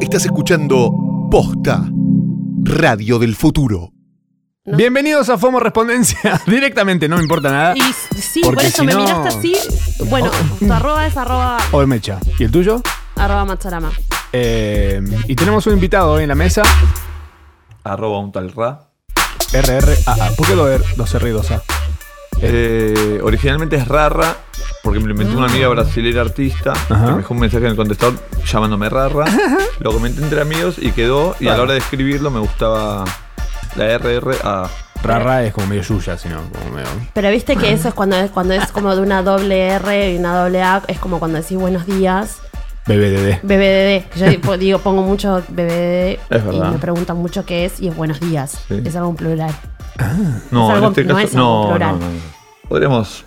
Estás escuchando Posta, Radio del Futuro. No. Bienvenidos a FOMO Respondencia. Directamente, no me importa nada. Y s- sí, Ah, Porque por eso si me no- miraste así. Bueno, tu arroba es arroba, O Mecha. ¿Y el tuyo? arroba Matsurama. Eh, y tenemos un invitado hoy en la mesa. Arroba un tal Ra. RRAA. ¿Por qué lo er- los R2A? Eh, originalmente es Rara, porque me lo inventó una amiga brasilera artista. Ajá. que Me dejó un mensaje en el contestador llamándome Rara. lo comenté entre amigos y quedó. Y a la hora de escribirlo me gustaba la RRA. Rara es como medio suya, sino como medio. Pero viste que eso es cuando es cuando es como de una doble R y una doble A, es como cuando decís buenos días, BBDD. BBDD. Yo digo- digo, pongo mucho BBDD Es y verdad. me preguntan mucho qué es y es buenos días. Sí. Es algo en plural. No, Es algo- en este no caso. es algo plural. Podríamos.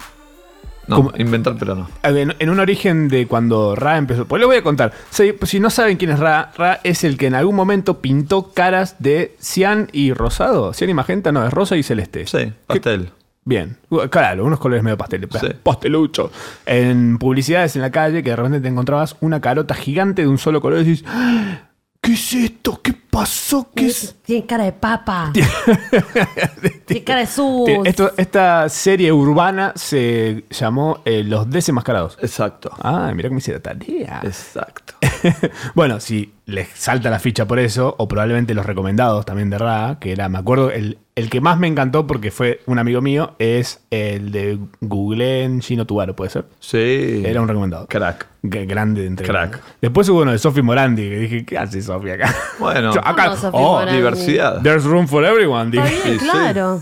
No, ¿Cómo? inventar, pero no. A ver, En, en un origen de cuando Ra empezó. Pues lo voy a contar. Si, si no saben quién es Ra, Ra es el que en algún momento pintó caras de cian y rosado. Cian y magenta, no, es rosa y celeste. Sí, pastel. Bien, Uh, claro, unos colores medio pastel, Sí. pastelucho. En publicidades en la calle que de repente te encontrabas una carota gigante de un solo color y decís, "Ah, ¿qué es esto? ¿Qué pasó? ¿Qué es? Tiene cara de papa. Tiene cara de sus. Esto- esta serie urbana se llamó eh, Los Desenmascarados. Exacto. Ah, mira cómo hice la tarea. Exacto. bueno, si les salta la ficha por eso, o probablemente los recomendados también de Ra, que era, me acuerdo, el, el que más me encantó porque fue un amigo mío, es el de Google en Gino Tubaro, ¿puede ser? Sí. Era un recomendado. crack. G- grande entre Crack. Después hubo uno de Sophie Morandi que dije, ¿qué hace Sofi acá? Bueno. Yo acá- No, Sophie oh, Morandi. Diversidad. there's room for everyone. Está dije. bien, Sí, sí. claro.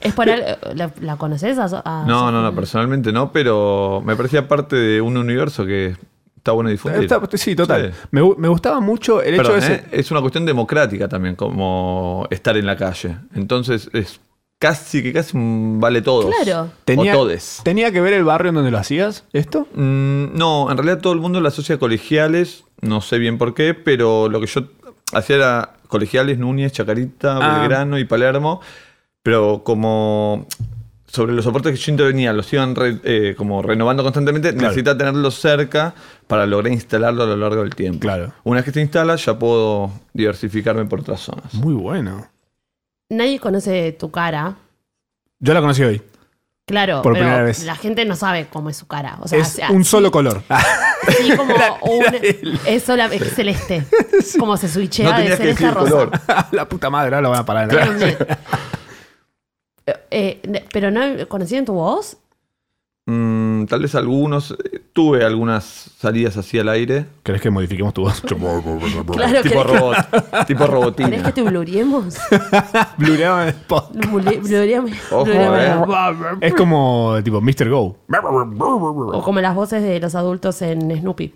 Es por el- ¿La, la conoces a, a- No, no, no, personalmente no, pero me parecía parte de un universo que está bueno difundir. Está- pues, sí, total. Sí. Me, gu- me gustaba mucho el hecho Perdón, ese. ¿eh? Es una cuestión democrática también, como estar en la calle. Entonces es casi que casi un vale todos. Claro. Tenía, O todes. ¿Tenía que ver el barrio en donde lo hacías? ¿Esto? Mm, no, en realidad todo el mundo la asocia a colegiales, no sé bien por qué, pero lo que yo hacía era colegiales, Núñez, Chacarita, Ah. Belgrano y Palermo, pero como sobre los soportes que yo intervenía, los iban re- eh, como renovando constantemente, necesitaba tenerlos cerca para lograr instalarlo a lo largo del tiempo. Claro. Una vez que se instala ya puedo diversificarme por otras zonas. Muy bueno. Nadie conoce tu cara. Yo la conocí hoy. Claro, Por primera pero vez. la gente no sabe cómo es su cara. O sea, es sea, un solo color. Ah, sí, como un- él. es, sola- es celeste. Como se switchea No de tenías que celeste decir a el rosa. color. la puta madre, ahora lo van a parar en la Era calle. un net. Eh, eh, pero no conocían tu voz. Mm, tal vez algunos, eh, tuve algunas salidas así al aire. ¿Querés que modifiquemos tu voz? Claro, tipo ¿querés, robot, tipo robotina. ¿querés que te blureemos? Blureado en el podcast. Nos blure- Blureamos. Ojo, blureamos eh. la voz. Es como tipo Mr. Go. O como las voces de los adultos en Snoopy.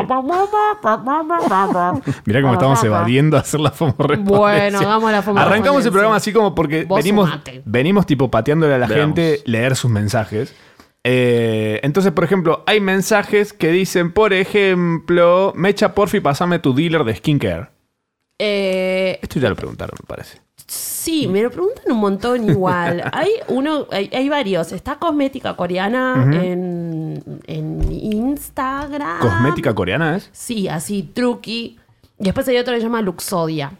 Mirá cómo estamos evadiendo hacer la FOMO Bueno, hagamos la FOMO Arrancamos el Respondencia. programa así como porque Vos venimos, sumate. venimos tipo pateándole a la Veamos. gente leer sus mensajes. Eh, entonces, por ejemplo, hay mensajes que dicen, por ejemplo, Mecha Porfi, pasame tu dealer de skincare. Eh, Esto ya lo preguntaron, me parece. Sí, me lo preguntan un montón igual. hay uno, hay, hay varios. Está cosmética coreana en, en Instagram. ¿Cosmética coreana es? Sí, así, truqui. Y después hay otro que se llama Luxodia.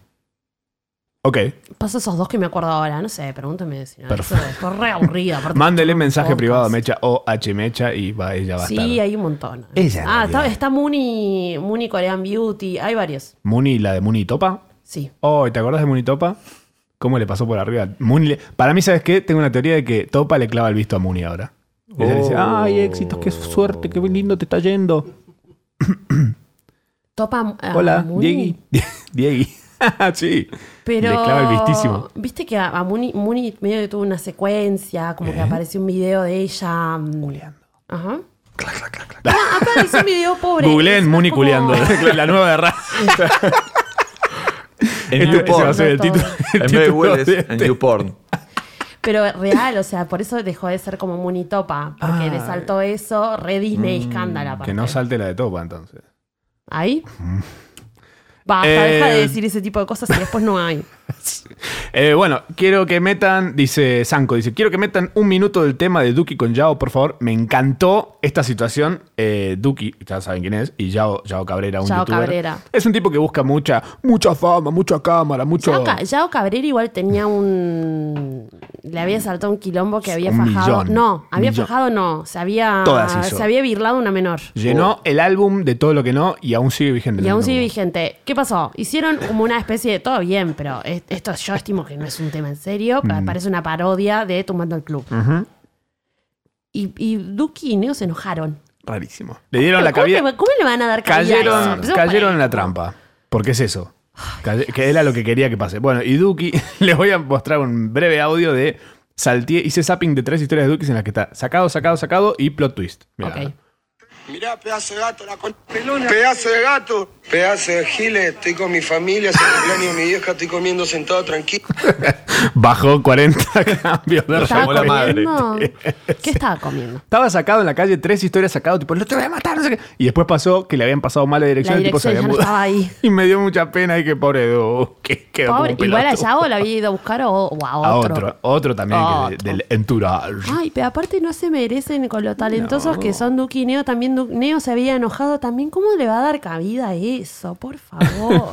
Ok. Paso esos dos que me acuerdo ahora, no sé, pregúntame si no. Perfecto. eso es re aburrida. aparte Mándele escuchar un mensaje podcast. privado a Mecha o H Mecha y va, ella va a estar. Sí, hay un montón. Ella ah, no está, dirá. está Muni, Muni Korean Beauty. Hay varios. Muni, la de Muni Topa. Sí. Oh, ¿te acordás de Muni Topa? ¿Cómo le pasó por arriba? Muni le- Para mí, ¿sabes qué? Tengo una teoría de que Topa le clava el visto a Muni ahora. Y ella le dice, Oh. ay, éxitos, qué suerte, qué lindo te está yendo. Topa. ah, Hola, Muni. Diegui. Diegui. sí. Pero. Le clava el vistísimo. Viste que a, a Muni, Muni medio que tuvo una secuencia, como que apareció un video de ella. mm, Ajá. Ah, apareció un video pobre. Googleen Es Muni como- culeando. la nueva de Ra. En Este- ese YouPorn. va a ser el Todo. título. el En vez de título Welles, de este. en YouPorn. Pero real, o sea, por eso dejó de ser como Muni Topa. Porque Ah. Mm, le saltó eso, re Disney escándala. Que no salte la de Topa, entonces. Ahí. Basta, Eh. deja de decir ese tipo de cosas y después no hay. Eh, bueno, quiero que metan, dice Sanko, dice, quiero que metan un minuto del tema de Duki con Yao, por favor. Me encantó esta situación. Eh, Duki, ya saben quién es, y Yao, Yao Cabrera, un Yao youtuber. Cabrera. Es un tipo que busca mucha, mucha fama, mucha cámara, mucho... Yao, Ca- Yao Cabrera igual tenía un. Le había saltado un quilombo que había Un fajado. millón. no, había Millón. fajado, no. Se había, Todas hizo. se había virlado una menor. Llenó el álbum de todo lo que no y aún sigue vigente. Oh. Y el aún número sigue uno. vigente. ¿Qué pasó? Hicieron como una especie de. Todo bien, pero es- esto yo estimo que no es un tema en serio. Mm. pa- Parece una parodia de Tumbando el Club. y, y Duki y Neo se enojaron. Rarísimo. Le dieron la ¿Cómo, cabida. le, cómo le van a dar cabida? a eso? cayeron, Empecemos cayeron por en ahí. la trampa. Porque es eso. Calle- que era lo que quería que pase. Bueno, y Duki, les voy a mostrar un breve audio de Saltié. Hice zapping de tres historias de Duki en las que está sacado, sacado, sacado y plot twist. Mirá. Ok. Mirá, pedazo de gato, la con... Pedazo de gato. Pedazo de giles, estoy con mi familia, se cumpleaños de mi vieja, estoy comiendo sentado tranquilo. Bajó 40 cambios de ¿Estaba llamó la madre. comiendo? ¿Qué estaba comiendo? Estaba sacado en la calle, tres historias sacado, tipo, lo te voy a matar, no sé qué. Y después pasó que le habían pasado mal la dirección, La el tipo se había dirección mudado. ya no estaba ahí. Y me dio mucha pena y que pobre Edu, que quedó Pobre, como un igual a pelotudo. Yao lo había ido a buscar o, o a A otro. otro, otro, también que de- Otro. del entourage. Ay, pero aparte no se merecen con lo talentosos que son Duki y Neo. También Du- Neo se había enojado también. ¿Cómo le va a dar cabida a eso? Por favor.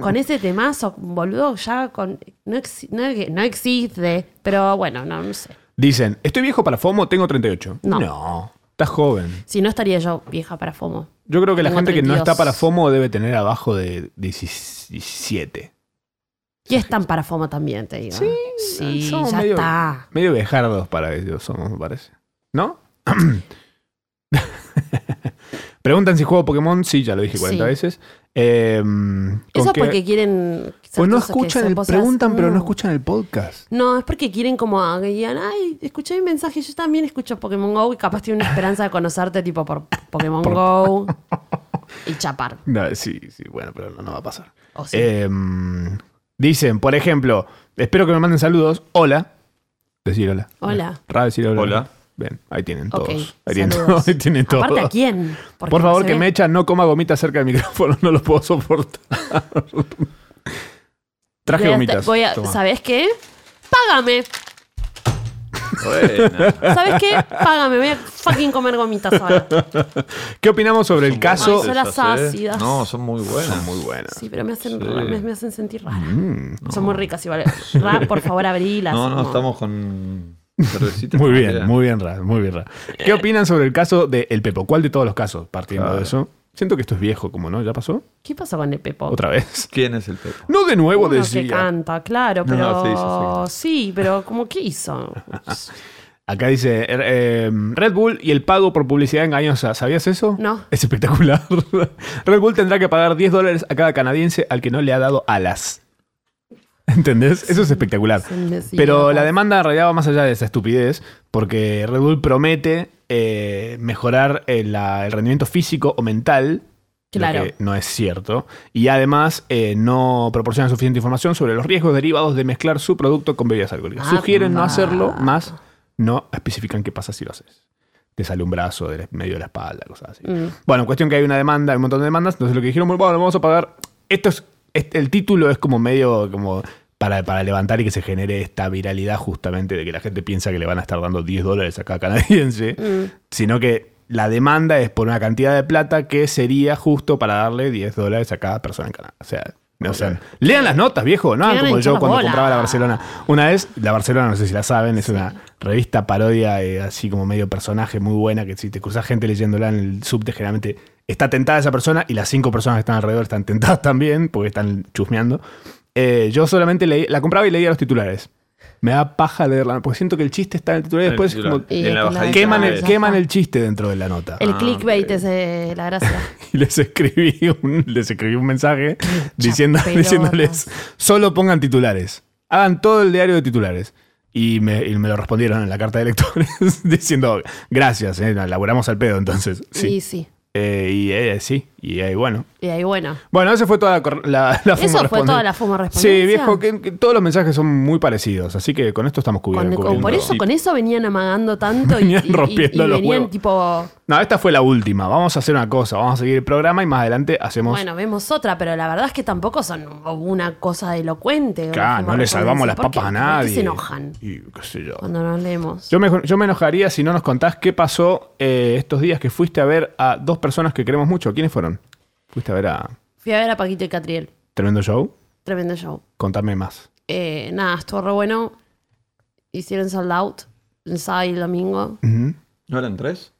con ese temazo, boludo, ya con... No, exi- no, no existe. Pero bueno, no, no sé. Dicen, estoy viejo para FOMO, tengo 38. No. estás joven. Si no estaría yo vieja para FOMO. Yo creo que la Tengo gente que no está 32. para FOMO debe tener abajo de 17. Y están para FOMO también, te digo. Sí, somos ya medio, está. Medio vejardos para ellos somos, me parece. ¿No? Preguntan si juego Pokémon. Sí, ya lo dije 40 Sí. veces. Eh, con Eso que- porque quieren... Pues no esos que escuchan, son el, cosas- preguntan, pero no Mm. escuchan el podcast. No, es porque quieren como ah, que digan, ay, escuché mi mensaje, yo también escucho Pokémon Go y capaz tiene una esperanza de conocerte tipo por Pokémon Go y chapar. No, sí, sí, bueno, pero no, no va a pasar. O sí. Em, dicen, por ejemplo, espero que me manden saludos. Hola. Decir hola. Hola. Raro decir hola. Hola. Bien, ahí tienen todos. Ok, ahí, tienen saludos. todos, ahí tienen todos. Aparte, ¿a quién? Porque Por no favor, se que ve. Mecha no coma gomitas cerca del micrófono, no lo puedo soportar. Traje Voy a- gomitas. voy a- Toma. ¿Sabes qué? Págame. Bueno. ¿Sabes qué? Págame. Voy a fucking comer gomitas ahora. ¿Qué opinamos sobre el caso? Ay, son las Esas, ¿eh? ácidas. No, son muy buenas. Son muy buenas. Sí, pero me hacen, ra- me, me hacen sentir rara. Mm, Son muy ricas igual. Ra, por favor, abrilas. No, no, como- estamos con cervecita. Muy bien, Mira. Eh. muy bien, Ra, muy bien, Ra. ¿Qué opinan sobre el caso de El Pepo? ¿Cuál de todos los casos? Partiendo Claro. de eso. Siento que esto es viejo, como no, ya pasó. ¿Qué pasó con el Pepo? Otra vez. ¿Quién es el Pepo? No de nuevo Oh. Uno que decía. canta, claro, No, pero no, sí, sí, sí, pero como que hizo. Acá dice er, eh, Red Bull y el pago por publicidad engañosa. ¿Sabías eso? No. Es espectacular. Red Bull tendrá que pagar 10 dólares a cada canadiense al que no le ha dado alas. ¿Entendés? Eso es espectacular. es un decir, Pero ¿no? la demanda en realidad va más allá de esa estupidez, porque Red Bull promete eh, mejorar el, la- el rendimiento físico o mental. lo Claro. que no es cierto. Y además eh, no proporciona suficiente información sobre los riesgos derivados de mezclar su producto con bebidas alcohólicas. Ah, Sugieren no va. hacerlo, más no especifican qué pasa si lo haces. Te sale un brazo del medio de la espalda, cosas así. Mm. Bueno, cuestión que hay una demanda, hay un montón de demandas. Entonces lo que dijeron, bueno, bueno, vamos a pagar. Esto es, este- el título es como medio como para, para levantar y que se genere esta viralidad justamente de que la gente piensa que le van a estar dando 10 dólares a cada canadiense. Sino que la demanda es por una cantidad de plata que sería justo para darle 10 dólares a cada persona en Canadá. O sea, no sé. Lean las notas, viejo, ¿no? Que Como ganen yo hinchar cuando las compraba la bolas. Barcelona. Una vez, la Barcelona, no sé si la saben, es una revista parodia, eh, así como medio personaje muy buena, que si te cruzas gente leyéndola en el subte, generalmente está tentada esa persona y las cinco personas que están alrededor están tentadas también, porque están chusmeando. Eh, yo solamente leí, la compraba y leía los titulares. Me da paja leerla, porque siento que el chiste está en el titular y El después es titular. como Y Y en la claro, bajadita queman, de- el, queman el chiste dentro de la nota. El Ah, clickbait ok. es eh, la gracia. Y les escribí un, les escribí un mensaje diciendo, chapelotas. diciéndoles, solo pongan titulares. Hagan todo el diario de titulares. Y me, y me lo respondieron en la carta de lectores diciendo, gracias, eh, laburamos al pedo entonces. Sí. Y sí. Eh, y eh, sí, Y ahí, bueno. Y ahí, bueno. Bueno, esa fue toda la, cor- la, la Eso fumo fue responde- toda la fumo respondencia. Sí, viejo, que, que todos los mensajes son muy parecidos, así que con esto estamos Con- cubier- con- cubriendo. por eso, con eso venían amagando tanto y, Venían y- y- rompiendo y los venían huevos. tipo, No, esta fue la última. Vamos a hacer una cosa, vamos a seguir el programa y más adelante hacemos... bueno, vemos otra, pero la verdad es que tampoco son una cosa elocuente. una Claro, fumo no le salvamos las respondencia. ¿Por papas a qué? ¿Por qué nadie. se enojan Y qué sé yo. cuando nos leemos. Yo me, yo me enojaría si no nos contás qué pasó eh, estos días que fuiste a ver a dos personas que queremos mucho. ¿Quiénes fueron? Fuiste a ver a Fui a ver a Paquito y Catriel. Tremendo Show. Tremendo show. Contame más. Eh, nada, estuvo re bueno. Hicieron sold out el sábado y el domingo. Ujú. ¿No eran tres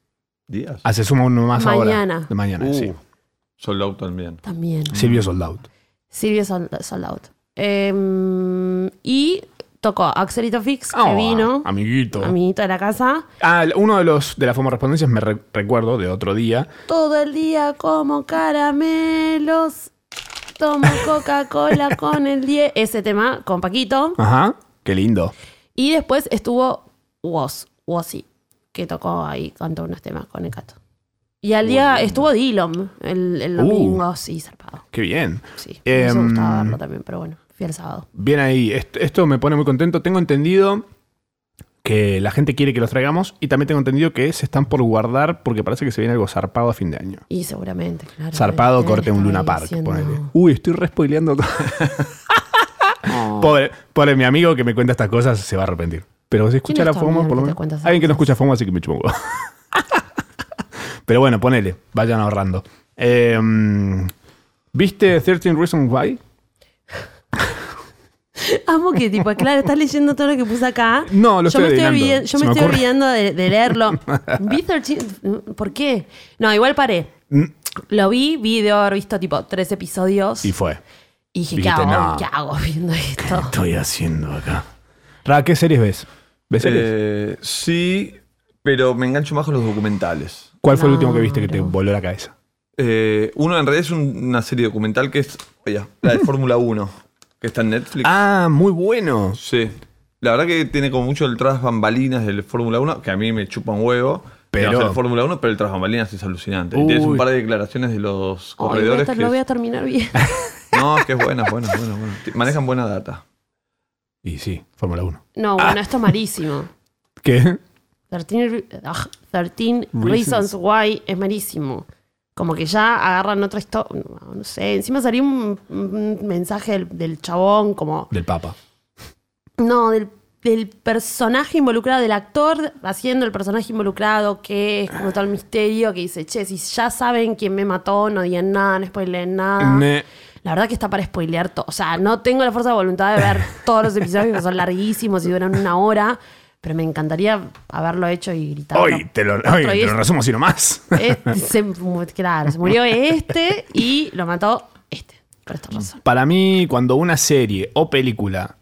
días? Ah, se suma uno más Mañana. ahora. De mañana, Uh, sí. Sold out también. También. Silvio Soldout. Silvio sold, sold out. Eh, y tocó Axelito Fix, Oh, que vino, Ah, Amiguito. amiguito de la casa. Ah, el- uno de los de las respondencias me re- recuerdo de otro día. Todo el día como caramelos. Tomo Coca-Cola con el 10. Ese tema con Paquito. Ajá. Qué lindo. Y después estuvo Woz, Wozzy, que tocó ahí, cantó unos temas con el gato. Y al día estuvo Dylan el, el Uh. domingo, sí, zarpado. Qué bien. Sí, me hubiese Em, gustaba verlo también, pero bueno, fui el sábado. Bien ahí. Est- Esto me pone muy contento. Tengo entendido que la gente quiere que los traigamos y también tengo entendido que se están por guardar porque parece que se viene algo zarpado a fin de año. Y seguramente, claro. Zarpado, deben corte un estar Luna ahí Park. haciendo- ponele. Uy, estoy respoileando. pobre, pobre mi amigo que me cuenta estas cosas se va a arrepentir. Pero si escucha ¿Quién la es tu FOMO, amigo por lo que te menos. cuenta esas Alguien que no escucha FOMO, así que me chupa un huevo. Pero bueno, ponele, vayan ahorrando. Eh, ¿Viste 13 Reasons Why? Amo que, tipo, claro, estás leyendo todo lo que puse acá. No, lo yo me estoy estoy adivinando, olvidando, se Yo me, me estoy ocurre. olvidando de, de leerlo. Vi 13 ¿Por qué? No, igual paré. Mm. Lo vi, vi de haber visto, tipo, tres episodios. Y fue. Y dije, Dijiste, ¿qué hago? "No". ¿Qué hago viendo esto? estoy haciendo acá? Ra, ¿qué series ves? ¿Ves series? Eh, sí, pero me engancho más con los documentales. ¿Cuál fue el último que viste que te claro. voló la cabeza? Eh, uno en realidad es un- una serie documental que es oye, la de Fórmula 1, que está en Netflix. Ah, muy bueno. Sí. La verdad que tiene como mucho el tras bambalinas del Fórmula 1, que a mí me chupa un huevo. Pero- Digamos, el Fórmula 1, pero el tras bambalinas es alucinante. Y tienes Uy. un par de declaraciones de los Ay, voy a corredores ter- que lo voy a es- terminar bien. No, es que es bueno, es bueno, es bueno, es bueno. Te- Manejan buena data. Y sí, Fórmula 1. No, bueno, esto es malísimo. ¿Qué? 13, re- ah, 13 Reasons Why es malísimo. Como que ya agarran otra historia. No, no sé, encima salió un, un mensaje del, del chabón, como. Del Papa. No, del, del personaje involucrado, del actor haciendo el personaje involucrado, que es como todo el misterio, que dice, che, si ya saben quién me mató, no digan nada, no spoileen nada. Ne- La verdad que Ah, está para spoilear todo. O sea, no tengo la fuerza de voluntad de ver todos los episodios que son larguísimos y duran una hora, pero me encantaría haberlo hecho y gritar. Hoy te lo, hoy te lo resumo así nomás. Este se, mu- claro, se murió este y lo mató este, por esta razón. Para mí, cuando una serie o película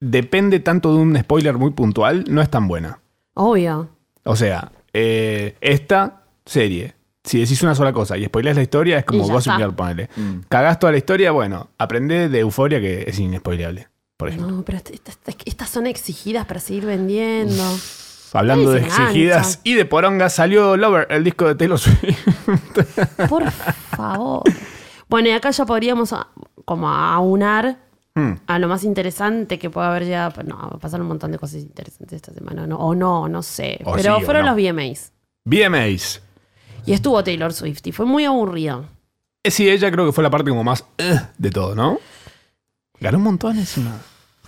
depende tanto de un spoiler muy puntual, no es tan buena. Obvio. O sea, eh, esta serie, si decís una sola cosa y spoilás la historia, es como Y ya Gossip está. Girl, ponele. Cagás toda la historia, bueno, aprendé de Euforia que es inespoileable, por ejemplo. No, pero est- est- est- estas son exigidas para seguir vendiendo. Hablando de Nadie se exigidas engancha. y de poronga, salió Lover, el disco de Taylor Swift. Por favor. Bueno, y acá ya podríamos a- como aunar Hmm. a lo más interesante que pueda haber llegado. pero No, pasaron un montón de cosas interesantes esta semana. ¿no? O no, no sé. O Pero sí, o fueron no. los VMAs. BMAs. Y estuvo Taylor Swift y fue muy aburrido. Eh, Sí, ella creo que fue la parte como más eh, de todo, ¿no? Ganó un montón encima.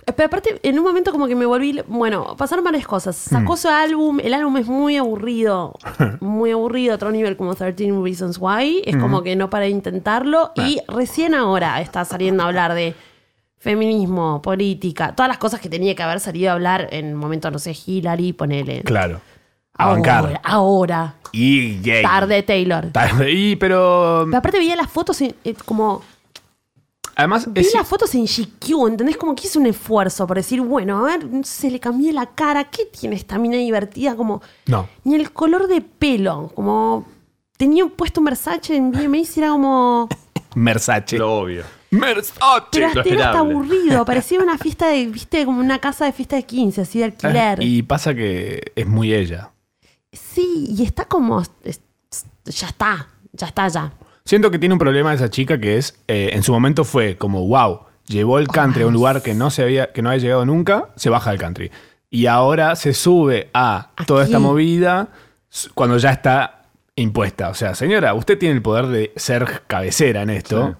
Eh, Pero aparte, en un momento como que me volví... Bueno, pasaron varias cosas. Sacó Mm. su álbum, el álbum es muy aburrido. Muy aburrido, otro nivel como 13 Reasons Why. Es como que no para de intentarlo. Y recién ahora está saliendo a hablar de feminismo, política, todas las cosas que tenía que haber salido a hablar en un momento, no sé, Hillary, ponele. Claro. A Ahora, bancar. ahora. Y yay. Tarde, Taylor. Tarde. Y pero. Pero aparte veía las fotos y, eh, como... Además, Vi es, las fotos en GQ, ¿entendés? Como que hice un esfuerzo por decir, bueno, a ver, se le cambié la cara, ¿qué tiene esta mina divertida? Como, No. ni el color de pelo, como, tenía puesto un Versace en VMAs y era como, Versace. Lo obvio. pero Versace. hasta lo era hasta esperable. aburrido, parecía una fiesta de, viste, como una casa de fiesta de 15, así de alquiler. Ah, Y pasa que es muy ella. Sí, y está como, es- ya está, ya está ya. Siento que tiene un problema esa chica que es, eh, en su momento fue como, wow, llevó el country a un lugar que no, se había, que no había llegado nunca, se baja del country. Y ahora se sube a toda esta Aquí. movida s- cuando ya está impuesta. O sea, señora, usted tiene el poder de ser cabecera en esto.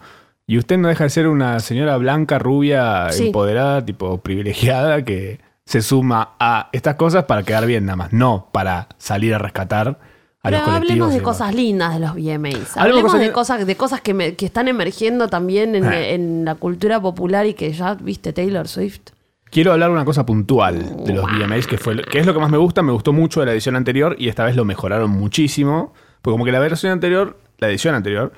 Y usted no deja de ser una señora blanca, rubia, Sí. empoderada, tipo privilegiada, que se suma a estas cosas para quedar bien nada más, no para salir a rescatar a Pero los colectivos. hablemos y de demás. cosas lindas de los VMAs. de Hablemos cosas de lin- cosas, de cosas que, me- que están emergiendo también en, Eh. en la cultura popular y que ya viste Taylor Swift. Quiero hablar una cosa puntual de los VMAs, que, fue, lo- que es lo que más me gusta. Me gustó mucho de la edición anterior y esta vez lo mejoraron muchísimo. Porque como que la versión anterior, la edición anterior,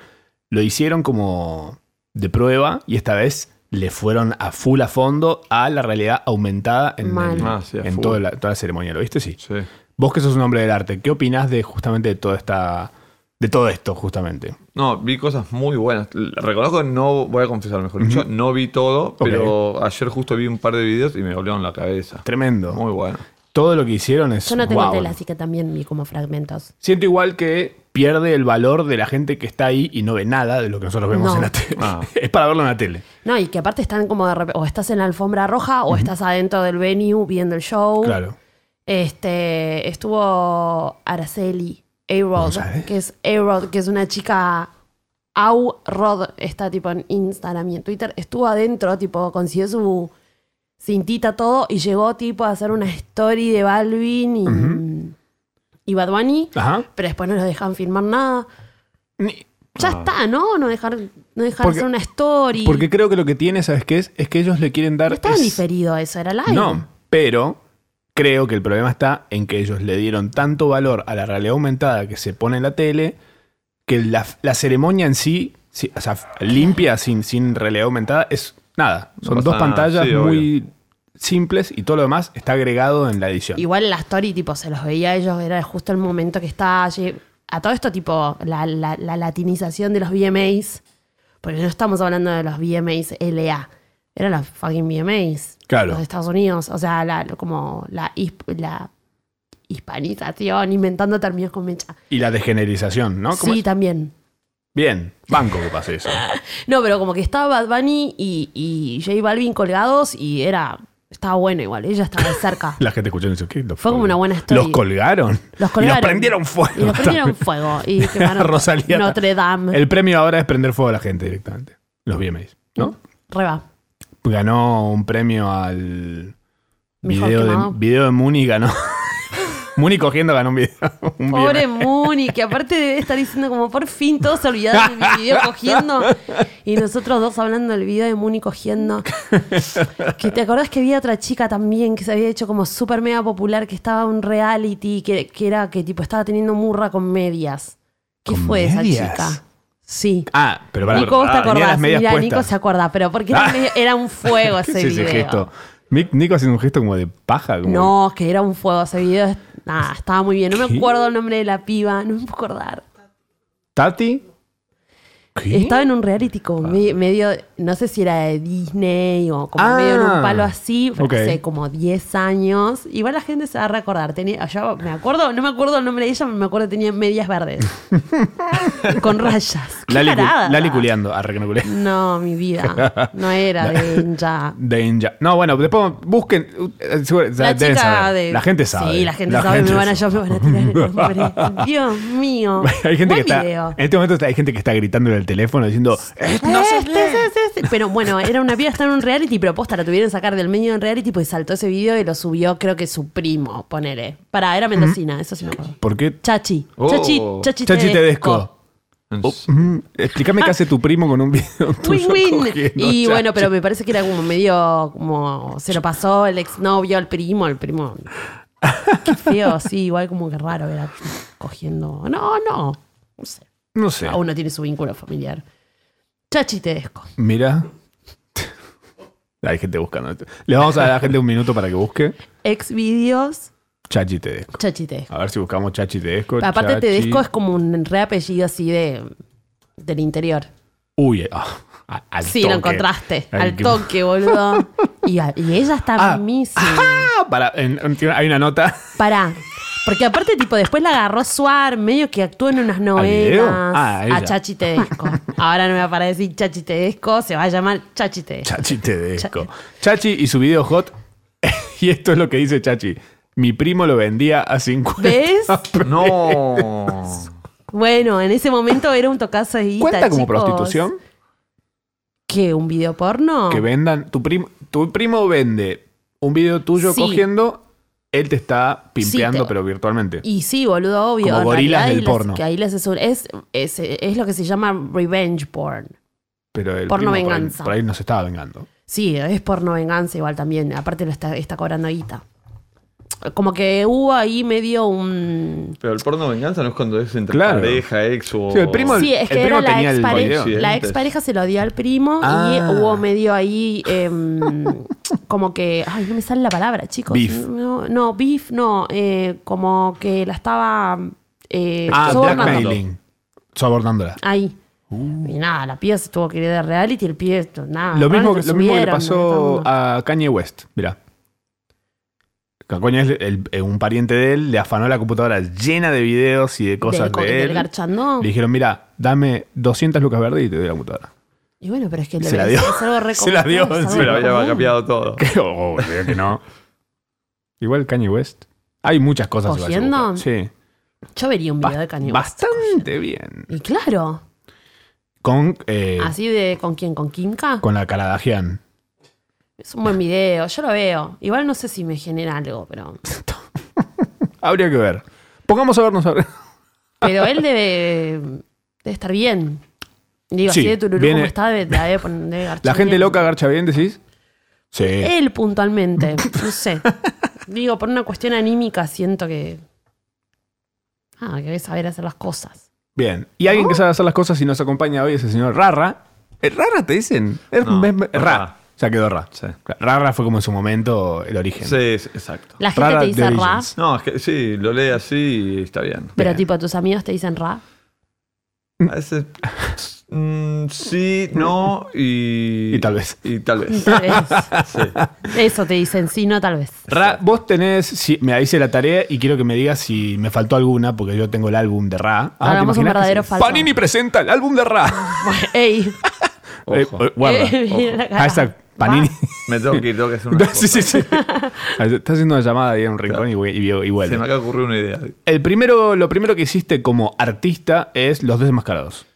lo hicieron como de prueba y esta vez le fueron a full a fondo a la realidad aumentada en, Mal. el- Ah, sí, a en full. toda, la, toda la ceremonia. ¿Lo viste? Sí. Sí. Vos que sos un hombre del arte, ¿qué opinás de justamente de toda esta... De todo esto, justamente. No, vi cosas muy buenas. L- Reconozco, no voy a confesar, mejor dicho, no vi todo, pero ayer justo vi un par de videos y me volvieron la cabeza. Tremendo. Muy bueno. Todo lo que hicieron es... Yo no tengo guau. tela, así que también vi como fragmentos. Siento igual que pierde el valor de la gente que está ahí y no ve nada de lo que nosotros vemos No. en la tele. Ah. es para verlo en la tele. No, y que aparte están como de rep- o estás en la alfombra roja o estás adentro del venue viendo el show. Claro. Este, estuvo Araceli A-Rod, González. que es A-Rod, que es una chica Au-Rod, está tipo en Instagram y en Twitter, estuvo adentro, tipo, consiguió su cintita todo y llegó tipo a hacer una story de Balvin y, y Bad Bunny, Ajá. pero después no los dejan filmar nada. Ni- Ya está, ¿no? No dejar, no dejar Ah. Porque- hacer una story. Porque creo que lo que tiene, ¿sabes qué es? Es que ellos le quieren dar. no estaba es- diferido eso, era live. No, pero creo que el problema está en que ellos le dieron tanto valor a la realidad aumentada que se pone en la tele que la, la ceremonia en sí, sí, o sea, limpia sin, sin realidad aumentada, es nada. Son pasa dos nada, pantallas sí, muy simples y todo lo demás está agregado en la edición. Igual la story, tipo, se los veía a ellos, era justo el momento que estaba allí. A todo esto, tipo, la, la- la latinización de los VMAs, porque no estamos hablando de los VMAs LA, eran los fucking VMAs. Claro. Los de Estados Unidos, o sea, la, como la, hisp- la hispanización, inventando términos con mecha. Y la degenerización, ¿no? Ah, ¿Cómo sí, es? también. Bien, banco que pase eso. No, pero como que estaba Bad Bunny y, y J Balvin colgados y era. Estaba bueno igual, ella estaba de cerca. La gente escuchó y dice, ¿qué? Los Fue como colgaron. una buena historia. Los colgaron. Los colgaron. Y los prendieron fuego. Y los prendieron fuego. Y quemaron Rosalía. Notre Dame. El premio ahora es prender fuego a la gente directamente. Los VMAs, ¿no? Mm. Reba. Ganó un premio al Mejor video de, quemado. video de Muni, ganó. Muni cogiendo ganó un video. un Pobre VMA. Muni, que aparte debe estar diciendo como por fin todos se olvidaron de mi video cogiendo. Y nosotros dos hablando del video de Muni cogiendo. Que te acordás que había otra chica también que se había hecho como súper mega popular, que estaba en un reality, que, que era que tipo estaba teniendo murra con medias. ¿Qué ¿Con fue esa medias? chica? Sí. Ah, pero para. Nico, vos te tenía acordás. las medias Mira, puestas. Nico se acuerda, pero porque era, Ah. medio- era un fuego ese Sí, video. ese gesto. Mi- Nico haciendo un gesto como de paja. Como No, es que era un fuego ese video. es- Nada, estaba muy bien. No ¿Qué? me acuerdo el nombre de la piba, no me puedo acordar. ¿Tati? ¿Qué? Estaba en un reality como me- medio, no sé si era de Disney o como Ah. medio en un palo así, pero Ok. hace como 10 años. Igual la gente se va a recordar. Tenía, yo me acuerdo, no me acuerdo el nombre de ella, me acuerdo que tenía medias verdes. con rayas. ¡Qué Lali, cu- tarada! Lali culeando. Arre que no culea. No, mi vida. No era de ninja. Danger. No, bueno, después busquen. eh, seguro- La deben chica saber. de... La gente sabe. Sí, la gente sabe. me van a, yo me van a tirar el nombre. Dios mío. Hay gente que Buen está. video. En este momento está- hay gente que está gritando en el teléfono diciendo. "Eh, Este, este, este. Pero bueno, era una piba está en un reality, pero posta la tuvieron que sacar del medio de un reality, pues saltó ese video y lo subió, creo que su primo, ponele. Para, era mendocina, eso sí me acuerdo. ¿Por qué? Chachi. Oh. Chachi, Chachi, Chachi Tedesco. En- Mm, explícame qué hace tu primo con un video tuyo. Win, win. cogiendo, Y chachi. bueno, pero me parece que era como medio, como se lo pasó el exnovio, el primo, el primo. Qué feo, sí, igual como que raro era cogiendo. No, no. No sé. No sé. Cada uno tiene su vínculo familiar. Chachi Tedesco. Mira. Hay gente buscando. Le vamos a dar a la gente un minuto para que busque. Ex videos, Chachi Tedesco. Chachi Tedesco. A ver si buscamos Chachi Tedesco. Aparte, Oh, Chachi- Tedesco es como un reapellido así de del interior. Uy, ah, a- al sí, toque. lo encontraste. Ay, al qué- toque, boludo. Y, a- y ella está Ah, mismísima. ah, para, en- en- hay una nota. Pará. Porque aparte, tipo, después la agarró Suar, medio que actuó en unas Leo? novelas. Ah, ella. a Chachi Tedesco. Ahora no me va a parar de decir Chachi Tedesco, se va a llamar Chachi Tedesco. Chachi Tedesco. Chachi y su video hot. y esto es lo que dice Chachi. Mi primo lo vendía a 50. ¿Ves? No. Bueno, en ese momento era un tocazo de guita, ¿Cuenta como chicos. prostitución? ¿Qué? ¿Un video porno? Que vendan. Tu, primo tu primo vende un video tuyo Sí. cogiendo. Él te está pimpeando, Sí, te- pero virtualmente. Y sí, boludo, obvio. Como en gorilas realidad del ahí les- porno. que ahí les es, un- es, es- es lo que se llama revenge porn. pero el primo porno por ahí- venganza. Por ahí, no se estaba vengando. Sí, es porno venganza igual también. Aparte lo está, está cobrando guita. Como que hubo ahí medio un... Pero el porno venganza no es cuando es entre Claro. pareja, ex o. Sí, el primo- Sí, es el que era primo la tenía el expareja. video. La expareja se lo dio al primo Ah. y hubo medio ahí em, como que... Ay, no me sale la palabra, chicos. Beef. No, no, beef, no. eh, como que la estaba... Eh, Ah, sobornando. blackmailing. Sobornándola. Ahí. Y nada, la piba se tuvo que ir de reality, el pie, esto, nada. Uh. lo, mismo, Ahora lo mismo que le Ah, subieron, pasó ¿no? a Kanye West. Mirá. Kanye es el- el- un pariente de él, le afanó la computadora llena de videos y de cosas Del co- de, del él. garchando. Le dijeron, mira, dame 200 lucas verdes y te doy la computadora. Y bueno, pero es que Se la dio. es algo re Se la dio, común, es algo se la Pero re había común. cambiado todo. Oh, creo que no. Igual Kanye West. Hay muchas cosas. igual, ¿Cogiendo? seguro. Sí. Yo vería un video de Kanye West. Bastante bien. Y claro, Con, eh, así de con quién, con Kimka. con la Caradagian. Es un buen video, yo lo veo. Igual no sé si me genera algo, pero. Habría que ver. Pongamos a vernos ahora. Pero él debe, debe estar bien. Digo, Sí, así de tururú viene- como está, debe, la debe poner- debe La garchar gente bien. Eh, loca garcha bien, decís. Sí. Él puntualmente, no sé. Digo, por una cuestión anímica siento que. Ah, que debe saber hacer las cosas. Bien. Y alguien Oh. que sabe hacer las cosas y nos acompaña hoy es el señor Rarra. Eh, ¿Rarra te dicen? Es, No, es- es Ra. Ra. Ya quedó Ra. Rarra fue como en su momento el origen. Sí, sí, exacto. La gente Rara te dice ra, diligence. No, es que sí, lo lee así y está bien. pero Bien. tipo tus amigos te dicen ra. A veces. mm, sí, no y. Y tal vez. Eh, Y tal vez. Tal vez. Sí. Eso te dicen, sí, no, tal vez. Ra, vos tenés, si, me hice la tarea y quiero que me digas si me faltó alguna, porque yo tengo el álbum de Ra. ¿te Hagamos un imaginas que verdadero sí? falso. Panini presenta el álbum de Ra. Ey, Eh, Ojo. eh, guarda. eh, mira la cara. Hashtag Panini. Me tengo que ir, tengo que hacer No, una. sí, sí, sí. Está haciendo una llamada ahí en un rincón y, vu- y vu- y Se me vuelve. acaba de ocurrir una idea. El primero, lo primero que hiciste como artista es Los Desmascarados.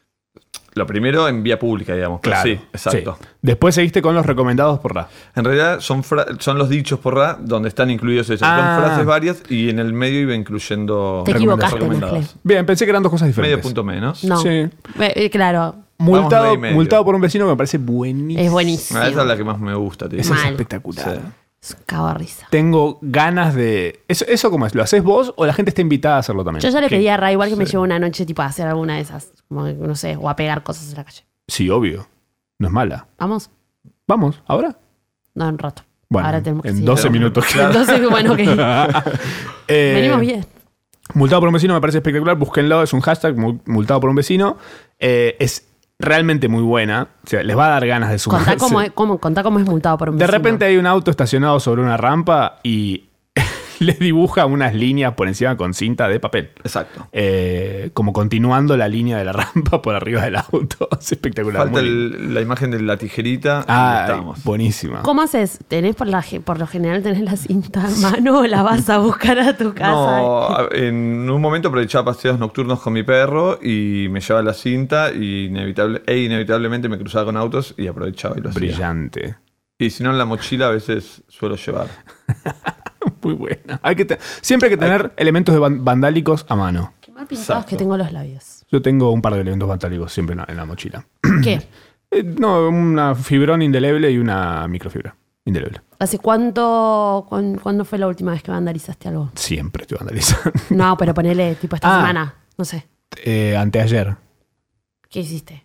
Lo primero en vía pública, digamos. pero Sí, exacto. sí. Después seguiste con los recomendados por Ra. En realidad son, fra- son los dichos por Ra donde están incluidos esos. Ah. Son frases varias y en el medio iba incluyendo. Te equivocaste, recomendados. Nestlé. Bien, pensé que eran dos cosas diferentes. Medio punto menos. no. Sí. Eh, eh, claro, Vamos Multado, nueve y medio. multado por un vecino que me parece buenísimo. es buenísimo. Ah, esa es la que más me gusta, tío. Esa es Mal. espectacular. Sí. Es un cago de risa. Tengo ganas de. ¿Eso, ¿Eso cómo es? ¿Lo haces vos o la gente está invitada a hacerlo también? Yo ya le ¿Qué? pedí a Ra igual que me lleve una noche tipo a hacer alguna de esas, como, que, no sé, o a pegar cosas en la calle. Sí, obvio. No es mala. Vamos, Vamos, ahora. no, en rato. Bueno, Ahora tenemos que en seguir. 12 minutos. Entonces, bueno, ok. Eh, Venimos bien. Multado por un vecino me parece espectacular. Búsquenlo, es un hashtag, mu- multado por un vecino. Eh, es realmente muy buena. O sea, les va a dar ganas de sumarse. Contá cómo, es, cómo- contá cómo es multado por un De vecino. repente hay un auto estacionado sobre una rampa y le dibuja unas líneas por encima con cinta de papel. Exacto. Eh, como continuando la línea de la rampa por arriba del auto. Es espectacular. Falta muy lindo. el- la imagen de la tijerita. y Ah, estamos. buenísima. ¿Cómo haces? ¿Tenés por, la, ge- por lo general tenés la cinta en mano o la vas a buscar a tu casa? No, a- en un momento aprovechaba paseos nocturnos con mi perro y me llevaba la cinta y inevitable, e inevitablemente me cruzaba con autos y aprovechaba y lo hacía. Brillante. Y si no en la mochila a veces suelo llevar. Muy buena. Hay que te- Siempre hay que tener elementos de van- vandálicos a mano. Qué mal pintados Exacto. que tengo los labios. Yo tengo un par de elementos vandálicos siempre en la, en la mochila. ¿Qué? Eh, no, una fibrón indeleble y una microfibra indeleble. ¿Hace cuánto, cuán- cuándo fue la última vez que vandalizaste algo? Siempre estoy vandalizando. No, pero ponele, tipo esta Ah. semana, no sé. Eh, anteayer. ¿Qué hiciste?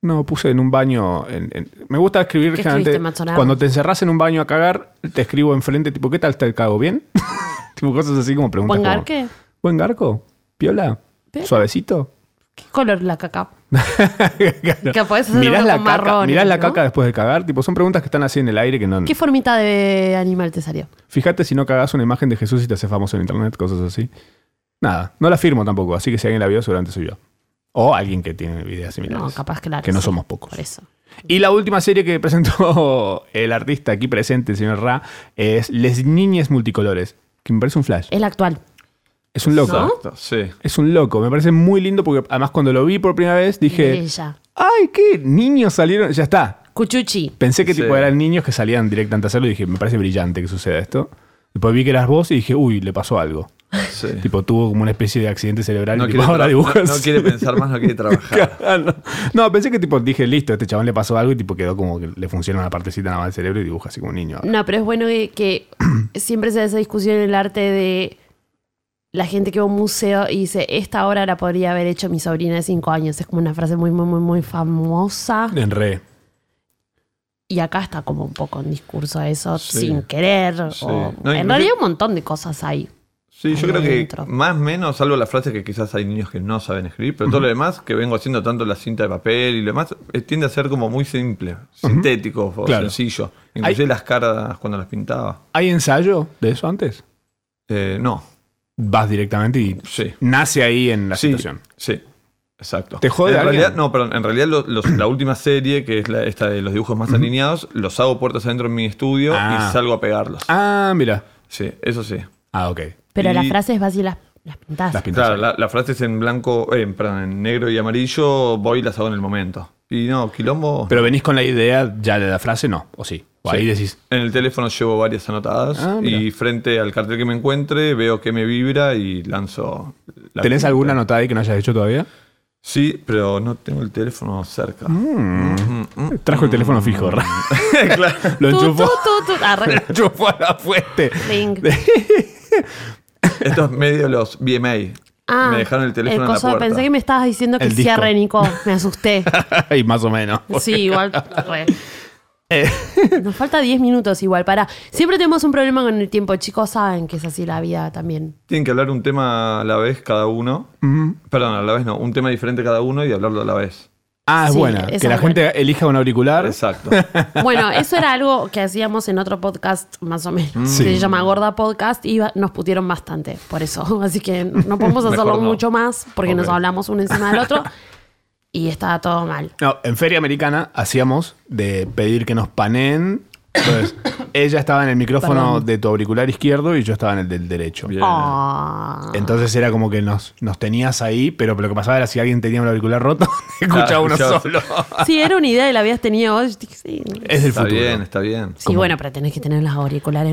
No, puse en un baño. en- en- me gusta escribir ¿Qué generalmente- escribiste, Mazzonaro? Cuando te encerrás en un baño a cagar, te escribo enfrente, tipo, ¿qué tal te el cago? ¿Bien? tipo, cosas así como preguntas. ¿Buen como, garque? ¿Buen garco? ¿Piola? Pero- ¿Suavecito? ¿Qué color la caca? Que Claro. podés hacerlo Mirás la con caca, marrones, mirás la ¿no? caca después de cagar. Tipo, son preguntas que están así en el aire que no. ¿Qué formita de animal te salió? Fíjate si no cagás una imagen de Jesús y te hace famoso en internet, cosas así. Nada, no la firmo tampoco, así que si alguien la vio, seguramente soy yo. O alguien que tiene ideas similares. No, capaz, claro. Que no sí, somos pocos. Por eso. Y la última serie que presentó el artista aquí presente, el señor Ra, es Les Niñas Multicolores, que me parece un flash. El actual. Es un loco. Exacto, sí. Es un loco, me parece muy lindo porque además cuando lo vi por primera vez dije, Ella. ay, qué niños salieron, ya está. Cuchuchi. Pensé que Sí. tipo eran niños que salían directamente a hacerlo y dije, me parece brillante que suceda esto. Después vi que eras vos y dije, uy, le pasó algo. sí. Tipo, tuvo como una especie de accidente cerebral No y tipo, quiere, ahora tra- dibujas. no- no quiere pensar más, no quiere trabajar. Ah, no. No, pensé que tipo dije, listo, a este chabón le pasó algo y tipo quedó como que le funciona una partecita nada más del cerebro y dibuja así como un niño. No, pero es bueno que, que siempre se da esa discusión en el arte de la gente que va a un museo y dice, esta obra la podría haber hecho mi sobrina de 5 años. Es como una frase muy, muy, muy, muy famosa. En re. Y acá está como un poco en discurso eso, Sí. sin querer. Sí. o- No, en inclusive- realidad un montón de cosas hay. Sí, yo Ahí creo que adentro. más o menos, salvo la frase que quizás hay niños que no saben escribir, pero todo lo demás que vengo haciendo, tanto la cinta de papel y lo demás, eh, tiende a ser como muy simple, sintético o Claro. sencillo. Inclusive las caras cuando las pintaba. ¿Hay ensayo de eso antes? Eh, no, Vas directamente y sí. nace ahí en la sí, situación. Sí, exacto. ¿Te jode en alguien? realidad, No, pero en realidad lo- los- la última serie, que es la- esta de los dibujos más alineados, los hago puertas adentro en mi estudio Ah. y salgo a pegarlos. Ah, mira. Sí, eso sí. Ah, ok. Pero Y- las frases vas y las, las pintás. Las pintas. Claro, la, la frase es en blanco, eh, perdón, en negro y amarillo, voy y las hago en el momento. Y no, quilombo. Pero venís con la idea ya de la frase, no, o sí. O ahí decís, en el teléfono llevo varias anotadas Ah, mira. y frente al cartel que me encuentre veo que me vibra y lanzo. la ¿tenés pinta. alguna anotada ahí que no hayas hecho todavía? Sí, pero no tengo el teléfono cerca. Ah. Trajo el teléfono fijo, Ra. Mm. claro. Lo Tú, enchufó. tú, tú, tú. Ah, re- Lo enchufó a la fuente. Ring. Estos medios, los VMA, Ah, me dejaron el el teléfono en la coso, puerta. Pensé que me estabas diciendo que El disco. cierre, Nico. Me asusté. y más o menos. Sí, igual. re. Nos falta 10 minutos igual para. Siempre tenemos un problema con el tiempo, chicos. Saben que es así la vida también. Tienen que hablar un tema a la vez cada uno. Perdón, a la vez no, un tema diferente cada uno y hablarlo a la vez. Ah, es Sí, buena. esa Que la es gente elija un auricular. Exacto. Bueno, eso era algo que hacíamos en otro podcast, más o menos. Sí. Se llama Gorda Podcast y va- nos putieron bastante por eso. Así que no podemos hacerlo Mejor no. mucho más porque nos Ok. hablamos uno encima del otro y estaba todo mal. No, en Feria Americana hacíamos de pedir que nos paneen. Entonces, ella estaba en el micrófono de tu auricular izquierdo y yo estaba en el del derecho. Bien. Ah. Entonces era como que nos, nos tenías ahí, pero lo que pasaba era si alguien tenía un auricular roto, escuchaba Claro, uno escuchaba- solo. Sí, era una idea y la habías tenido vos. Yo dije, Sí, Es del Está futuro. bien, está bien. Sí, bueno, pero tenés que tener las auriculares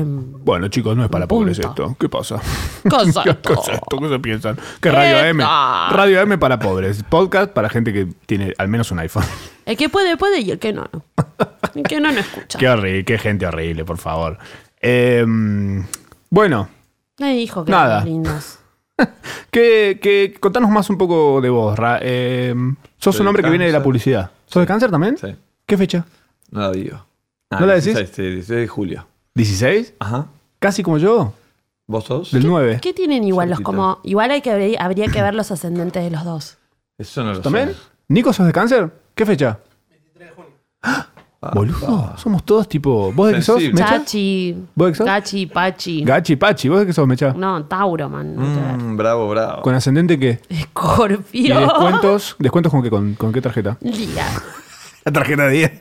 en. Bueno, chicos, no es para pobres Punto. esto. ¿Qué pasa? Cosa. ¿Qué cosa esto? ¿Qué se piensan? ¿Qué Radio M? Epa. Radio M para pobres. Podcast para gente que tiene al menos un iPhone. El que puede, puede y el que no, no. El que no, no escucha. Qué horrible, qué gente horrible, por favor. Em, bueno, Nadie dijo que Nada. eran lindos. que, que- contanos más un poco de vos, Ra. Em, sos Soy un de hombre que viene de la cáncer. publicidad. ¿Sos de cáncer también? Sí. ¿Qué fecha? No la digo. ¿No la decís? 16, sí, 16 de julio. ¿16? Ajá. Casi como yo, ¿Vos sos? del 9. ¿Qué tienen igual los Cerquita. como? Igual hay que abrir- habría que ver los ascendentes de los dos. Eso no lo ¿También? sé. ¿Nico, sos de cáncer? ¿Qué fecha? 23 de junio. Boludo, somos todos tipo. ¿Vos de qué sos? Sensible. ¿Mecha? Chachi, ¿Vos de qué sos? Gachi, Pachi. Gachi, Pachi, ¿vos de qué sos, Mecha? no, Tauro, man. no hay que ver. Mm, bravo, bravo. ¿Con ascendente qué? ¿Y Escorpio. descuentos? ¿Descuentos con qué, con, con qué tarjeta? Día. La tarjeta de 10.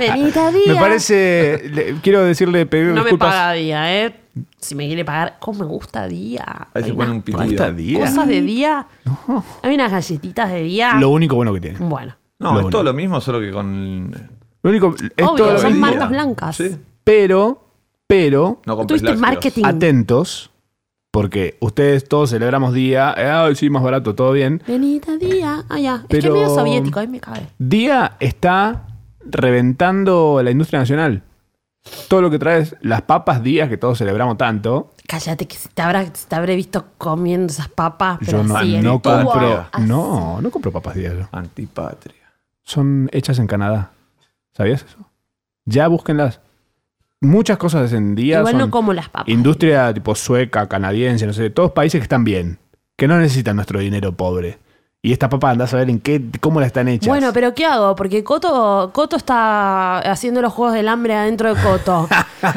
Venita día. Me parece. le- quiero decirle, pedir No me disculpas. paga día, ¿eh? Si me quiere pagar, ¿cómo me gusta día? Ahí se Hay pone unas un pitido. ¿Cuánta día? Cosas de día. Hay unas galletitas de día. Lo único bueno que tiene. Bueno, No, Lo es todo bueno. lo mismo, solo que con. eh, Lo único. Es Obvio, todo lo son que- mal- marcas blancas. Sí. Pero, pero, No compres Tuviste lácteos. marketing. atentos, porque ustedes todos celebramos día. eh, Ay, sí, más barato, todo bien. Venita día. Ah, ya. Es que es Pero- medio soviético, ahí me cabe. Día está reventando la industria nacional. Todo lo que traes, las papas días que todos celebramos tanto. Cállate que se te, habrá, se te habré visto comiendo esas papas. Pero Yo no, así, en no el tubo, compro. así. No, no compro papas días. yo. Antipatria. son hechas en Canadá. ¿Sabías eso? Ya búsquenlas. Muchas cosas en día Igual son no como las papas. industria tipo sueca, canadiense, no sé, todos países que están bien, que no necesitan nuestro dinero pobre. Y esta papa andás a ver en qué, cómo la están hechas. Bueno, pero ¿qué hago? Porque Coto, Coto está haciendo los juegos del hambre adentro de Coto.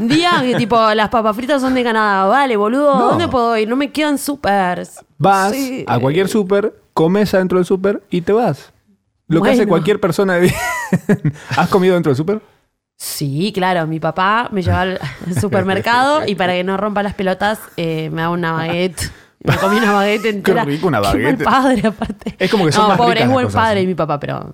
Día que tipo, las papas fritas son de Canadá. Vale, boludo, No. ¿dónde puedo ir? No me quedan supers. Vas Sí. eh, a cualquier súper, comes adentro del súper y te vas. Lo que hace Bueno. cualquier persona de bien. ¿Has comido dentro del súper? Sí, claro, mi papá me lleva al al supermercado y para que no rompa las pelotas eh, me da una baguette. Me comí una baguette entera. Ah. rico una Qué mal baguette. padre, aparte. Es como que son no, más pobre, ricas es las buen cosas padre así. mi papá, pero...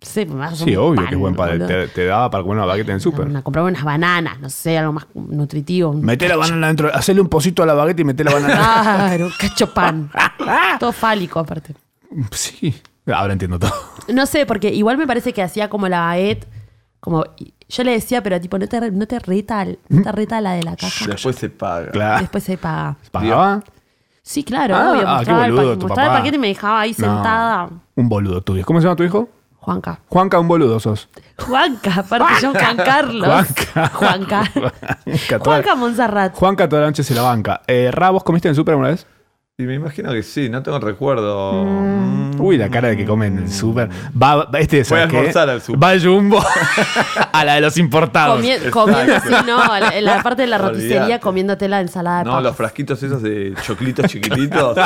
Sí, me hace Sí, un obvio pan, que es buen padre. boludo. Te, te daba para comer una baguette en el súper. Una, comprar unas bananas, no sé, algo más nutritivo. un- Meté la banana dentro, hacerle un pocito a la baguette y meté la banana. Claro, cacho pan. Todo fálico, aparte. Ah. sí, ahora entiendo todo. No sé, porque igual me parece que hacía como la baguette, como... Yo le decía, pero tipo, no te, re- no te reta, el- no te reta la de la caja. Después se paga. Claro. Después se paga. ¿Pagaba? Sí, claro, Ah, obvio. ah, qué Mostraba, el, boludo pa- tu mostraba el papá. paquete y me dejaba ahí sentada. No. Un boludo tuyo. ¿Cómo se llama tu hijo? Juanca. Juanca, un boludo sos. Juanca, aparte yo Juan Carlos. Juanca. Juanca. Juanca, toda- Juanca Monserrat. Juanca toda la noche se la banca. Eh, Ra, ¿vos comiste en el súper alguna vez? Y me imagino que sí, no tengo recuerdo. Mm. Uy, la cara de que comen en el súper. Va, va- este es Voy a almorzar al súper. Va al Jumbo. a la de los importados. Comie- Exacto. comiendo así, ¿no? La, la parte de la Olvídate. roticería comiéndote la ensalada de No, los papas. frasquitos esos de choclitos chiquititos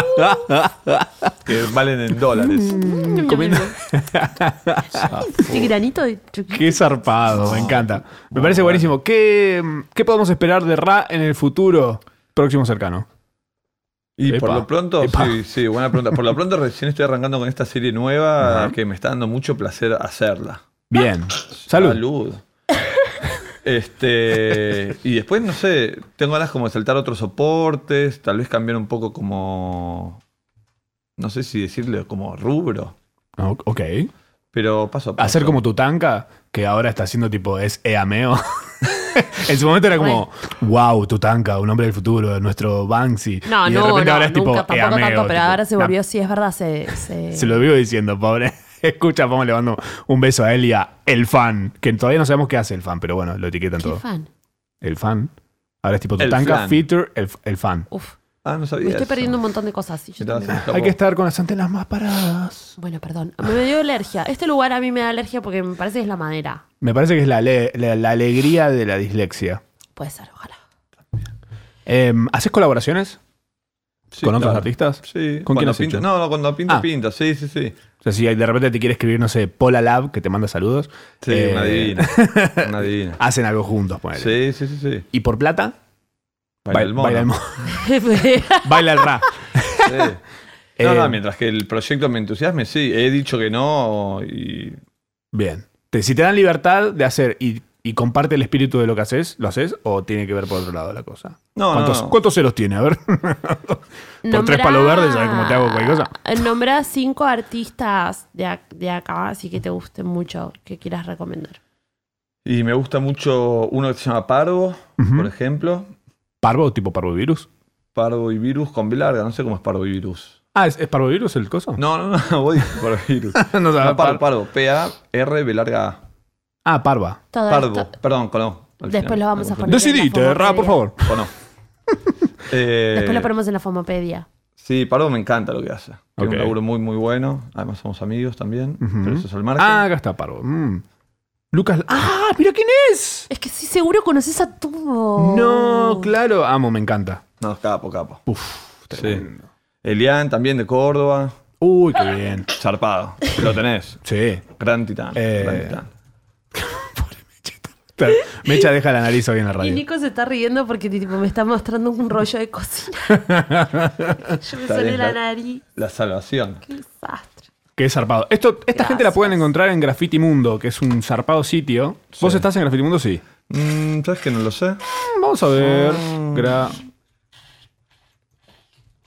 que valen en dólares. Mm, comiendo- Ah, Este granito de chocolate. Qué zarpado, me encanta. Me parece buenísimo. ¿Qué, ¿Qué podemos esperar de Ra en el futuro próximo cercano? Y por Epa, lo pronto, epa. sí, sí, buena pregunta. Por lo pronto recién estoy arrancando con esta serie nueva que me está dando mucho placer hacerla. Bien. Salud. Este, y después, no sé, tengo ganas como de saltar otros soportes, tal vez cambiar un poco como, no sé si decirle como rubro, O- Ah, Ok. pero paso a paso. Hacer como tu tanca, que ahora está haciendo tipo es E eameo. en su momento era como, wow, tu tanca, un hombre del futuro, nuestro Banksy. No, y de no, repente no, ahora es tipo E nunca, tampoco eameo, tanto, pero tipo, ahora se nah, volvió, sí, es verdad, se... se- Se lo vivo diciendo, pobre. Escucha, vamos, le mando un beso a él y a El Fan, que todavía no sabemos qué hace El Fan, pero bueno, lo etiquetan Qué todo. fan. El Fan. Ahora es tipo tu El tanca, Flan. feature, el, el Fan. Uf, Ah, no sabía me estoy eso. perdiendo un montón de cosas. y yo Mirá, se también. me escapó. Hay que estar con las antenas más paradas. Bueno, perdón. Me dio alergia. Este lugar a mí me da alergia porque me parece que es la madera. Me parece que es la, ale- la- la alegría de la dislexia. Puede ser, ojalá. Em, ¿Haces colaboraciones? Sí, ¿Con otros claro. artistas? ¿Con Sí. quién cuando has pinto- hecho? No, no, cuando pinto, Ah. pinto. Sí, sí, sí. O sea, si de repente te quiere escribir, no sé, Pola Lab, que te manda saludos. Sí, eh, una divina. Una divina. Hacen algo juntos, ponele. Sí, sí, sí, sí. ¿Y por plata? Baila el mono. Baila el, mo- Pero baila el ra. Sí. No, Eh, no, mientras que el proyecto me entusiasme, sí. He dicho que no y. Bien. Te- si te dan libertad de hacer y, y comparte el espíritu de lo que haces, ¿lo haces? ¿O tiene que ver por otro lado la cosa? No, ¿Cuántos, no, no. cuántos ceros tiene? A ver. Por tres palos verdes, ¿sabes cómo te hago cualquier cosa? Nombrá cinco artistas de, ac- de acá, así que te gusten mucho, que quieras recomendar. Y me gusta mucho uno que se llama Parvo, Ujú. por ejemplo. ¿Parvo? ¿Tipo parvovirus? Parvo y virus con B larga, no sé cómo es parvo y virus. Ah, ¿es, es parvovirus el coso? No, no, no, voy por virus. No sabe, par- No, parvo, parvo, P-A-R, B larga A. Ah, parva. Todo Parvo, esto- perdón, con O. al Después final. lo vamos a poner. en Decidite, la Ra, por favor. Con O. Eh, Después lo ponemos en la Fomopedia. Sí, Pardo me encanta lo que hace. Tiene Ok. un laburo muy, muy bueno. Además somos amigos también. Ujú. Pero eso es el margen. Ah, acá está parvo. Mm. Lucas. ¡Ah! ¡Mira quién es! Es que sí, seguro conoces a todo. No, claro. Amo, me encanta. No, capo, capo. Uf, Sí. tremendo. Elian también de Córdoba. Uy, qué bien. Zarpado. Lo tenés. Sí. Gran titán. Eh, gran titán. Claro, Mecha deja la nariz hoy en la Y radio. Nico se está riendo porque tipo, me está mostrando un rollo de cocina. Yo me Está soné bien, la la- nariz. La salvación. Qué desastre. Que es zarpado. Esto, esta gente la pueden encontrar en Graffiti Mundo, que es un zarpado sitio. ¿Vos estás en Graffiti Mundo? Sí. Mm, ¿Sabes que no lo sé? Mm, Vamos a ver. Gra-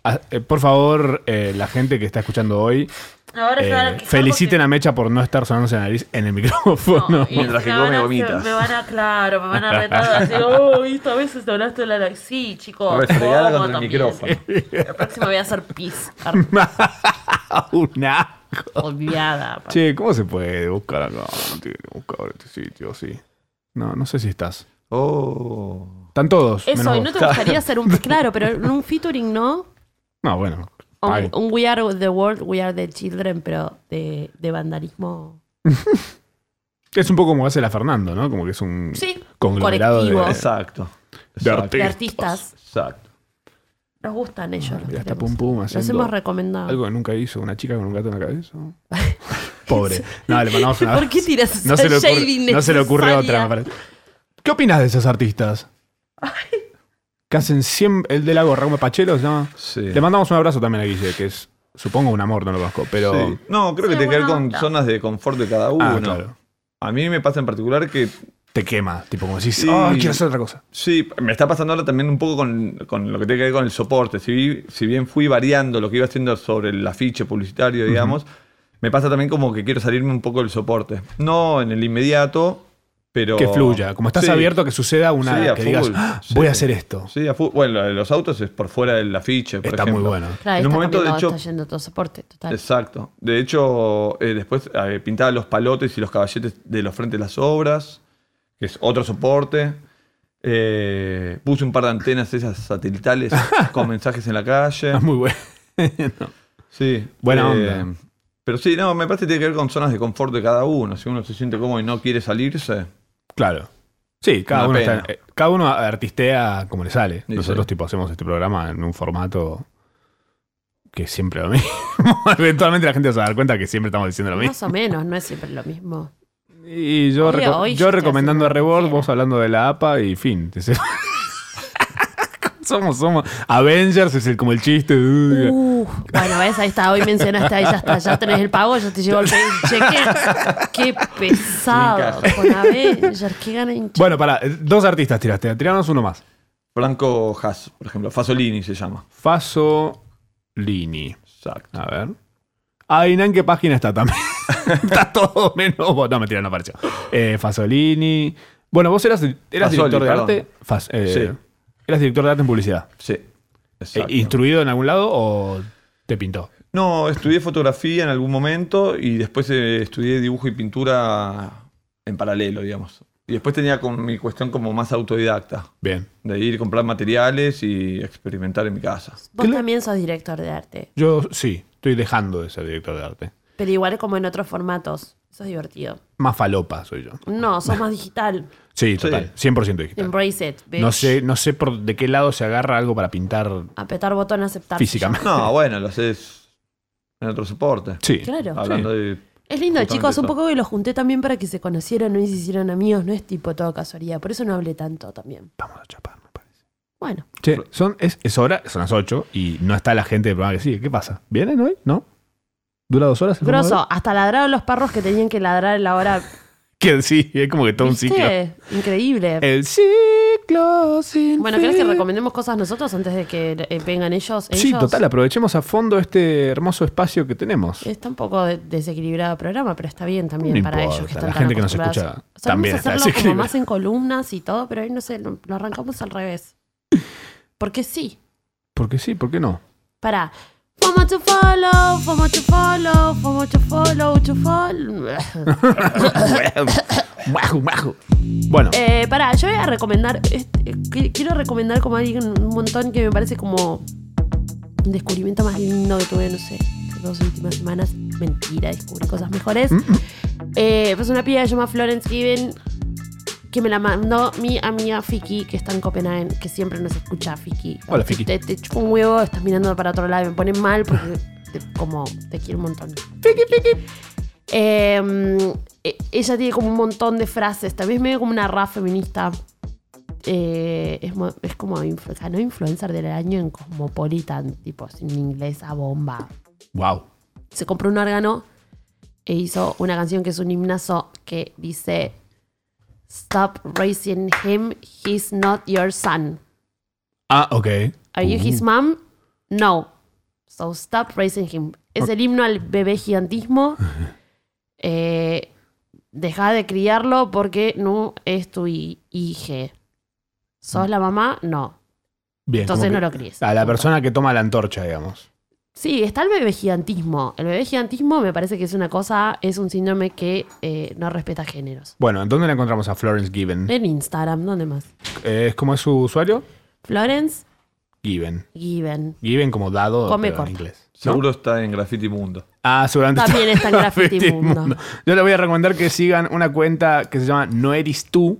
Ah, eh, por favor, eh, la gente que está escuchando hoy, Ahora se van a eh, quejar feliciten a Mecha por no estar sonándose la nariz en el micrófono. Y Mientras se que me van come a- gomitas. Me van a, claro, me van a retar. Así, oh, esta vez te hablaste de la nariz. Sí, Oh, chicos. Refregada como contra el también. micrófono. La próxima voy a hacer pis. Un asco. Olvidada. pa. Che, ¿cómo se puede buscar acá? No tiene que buscar este sitio, sí. No, no sé si estás. Oh. Están todos. Eso, menos ¿y vos. no te gustaría hacer un. Claro, pero en un featuring no. No, bueno. un, Ay. un We Are the World, We Are the Children, pero de, de vandalismo. Es un poco como hace la Fernando, ¿no? Como que es un Sí, conglomerado de, colectivo. Exacto. de Exacto. De artistas. artistas. Exacto. Nos gustan ellos. los Mirá, está queremos. Pum Pum Los haciendo hemos recomendado. Algo que nunca hizo, una chica con un gato en la cabeza. Pobre. No, le mandamos una. ¿Por qué tiras esa no se, le ocurre, shading no se le ocurre necesaria? otra, me parece. ¿Qué opinas de esos artistas? Que hacen siempre. El de la gorra, como Pachelo, ¿no? Sí. Le mandamos un abrazo también a Guille, que es, supongo, un amor, no lo conozco, pero. Sí. No, creo Sí, que tiene que ver buena con onda. zonas de confort de cada uno. Ah, claro. A mí me pasa en particular que Te quema, tipo como decís, Sí. "Ay, quiero hacer otra cosa. Sí, me está pasando ahora también un poco con, con lo que tiene que ver con el soporte. Si, si bien fui variando lo que iba haciendo sobre el afiche publicitario, digamos, me pasa también como que quiero salirme un poco del soporte. No en el inmediato, pero... Que fluya. Como estás Sí. abierto a que suceda una. Sí, a que digas, full. "Ah, Sí. voy a hacer esto. Sí, a fu- bueno, lo de los autos es por fuera del afiche, por Está muy ejemplo. bueno. Claro, En un está momento, de cambiando, hecho, está yendo todo soporte, total. Exacto. De hecho, eh, después eh, pintaba los palotes y los caballetes de los frentes de las obras, que es otro soporte. Eh, puse un par de antenas esas satelitales con mensajes en la calle. Es muy bueno. Sí. eh, Buena onda. Pero sí, no, me parece que tiene que ver con zonas de confort de cada uno. Si uno se siente cómodo y no quiere salirse. Claro. Sí, cada Una uno, está- pena. eh, cada uno artistea como le sale. Sí, Nosotros sí. tipo hacemos este programa en un formato que es siempre lo mismo. Eventualmente la gente se va a dar cuenta que siempre estamos diciendo lo mismo. Más o menos, no es siempre lo mismo. Y yo, Hoy- reco- hoy yo yo estoy recomendando haciendo a lo que Rebord, quiera. vos hablando de la APA y fin. Ese- somos, somos. Avengers es el, como el chiste. Uf, bueno, ves, ahí está, hoy mencionaste, ahí ya está, ya tenés el pago, ya te llegó el pe- cheque. Qué pesado Me con Avengers, qué gana hincha. Bueno, para, dos artistas tiraste. Tiranos uno más. Franco Haas, por ejemplo. Fasolini se llama. Fasolini. Exacto. A ver. Adivinan qué página está también. está todo menos. vos. No, mentira, no apareció. Eh, Fasolini. Bueno, vos eras, eras Fasoli, director de perdón. arte. Fas- eh, Sí. Eras director de arte en publicidad. Sí. Eh, Exacto. ¿Instruido en algún lado o te pintó? No, estudié fotografía en algún momento y después eh, estudié dibujo y pintura en paralelo, digamos. Y después tenía con mi cuestión como más autodidacta, Bien. de ir a comprar materiales y experimentar en mi casa. Vos ¿qué le- también sos director de arte, Yo sí, estoy dejando de ser director de arte. pero igual como en otros formatos. Eso es divertido. Más falopa soy yo. No, sos más digital. Sí, total. 100% digital. Embrace it, bitch. No sé, no sé por de qué lado se agarra algo para pintar Apretar botón, aceptar. físicamente. No, bueno, lo haces en otro soporte. Sí. Claro. Hablando de... Es lindo, Justamente chicos, un eso. poco que los junté también para que se conocieran, no y se hicieran amigos, no es tipo todo casualidad, por eso no hablé tanto también. Vamos a chapar, me parece. Bueno, Che, son, es, es hora, son las 8 y no está la gente del programa que sigue. ¿Qué pasa? ¿Vienen hoy? ¿No? ¿Dura dos horas? el programa de hoy? grosso, hasta ladraron los perros que tenían que ladrar en la hora. Que sí, es como que todo un ciclo. Eh, ¿Viste? Increíble. El ciclo sin Bueno, ¿querés que fin. recomendemos cosas nosotros antes de que eh, vengan ellos? Sí, Ellos- total, aprovechemos a fondo este hermoso espacio que tenemos. Está un poco de- desequilibrado el programa, pero está bien también No para importa, ellos que la están gente que tan nos acostumbrados. escucha Solemos también está hacerlo como desequilibrado. más en columnas y todo, pero hoy no sé, lo, lo arrancamos al revés. Porque sí. Porque sí, ¿por qué no? Para. FOMO to follow, FOMO to follow, FOMO to follow, to follow. Guaju, guaju. Bueno, Eh, pará, yo voy a recomendar. este, eh, qui- quiero recomendar como alguien un montón que me parece como un descubrimiento más lindo que tuve, no sé, estas dos últimas semanas. Mentira, descubrí cosas mejores. ¿Mm? Eh, pues una piba que se llama Florence Given que me la mandó mi amiga Fiki, que está en Copenhagen, que siempre nos escucha Fiki. Hola, Fiki. Te, te chupa un huevo, estás mirando para otro lado y me pone mal porque te- como te quiero un montón. Eh, eh, ella tiene como un montón de frases. También es medio como una rap feminista. Eh, es, mo- es como influ- ganó influencer del año en Cosmopolitan, tipo sin inglés a bomba. wow. Se compró un órgano e hizo una canción que es un himnazo que dice Stop raising him, he's not your son. Ah, ok. Are you Uh. his mom? No. So stop raising him. Es el himno al bebé gigantismo. Eh, deja de criarlo porque no es tu hi- hije. ¿Sos la mamá? No. Bien, Entonces Mm. como no que- lo críes. A la persona que toma la antorcha, digamos. Sí, está el bebé gigantismo. El bebé gigantismo me parece que es una cosa, es un síndrome que eh, no respeta géneros. Bueno, ¿en ¿dónde la encontramos Eh. a Florence Given? En Instagram, ¿dónde más? Eh, ¿Es como es su usuario? Florence Given. Given. Given como dado Come pero en corta. inglés. ¿no? Seguro está en Graffiti Mundo. Ah, seguramente También está en Graffiti Mundo. Yo les voy a recomendar que sigan una cuenta que se llama No Eres Tú.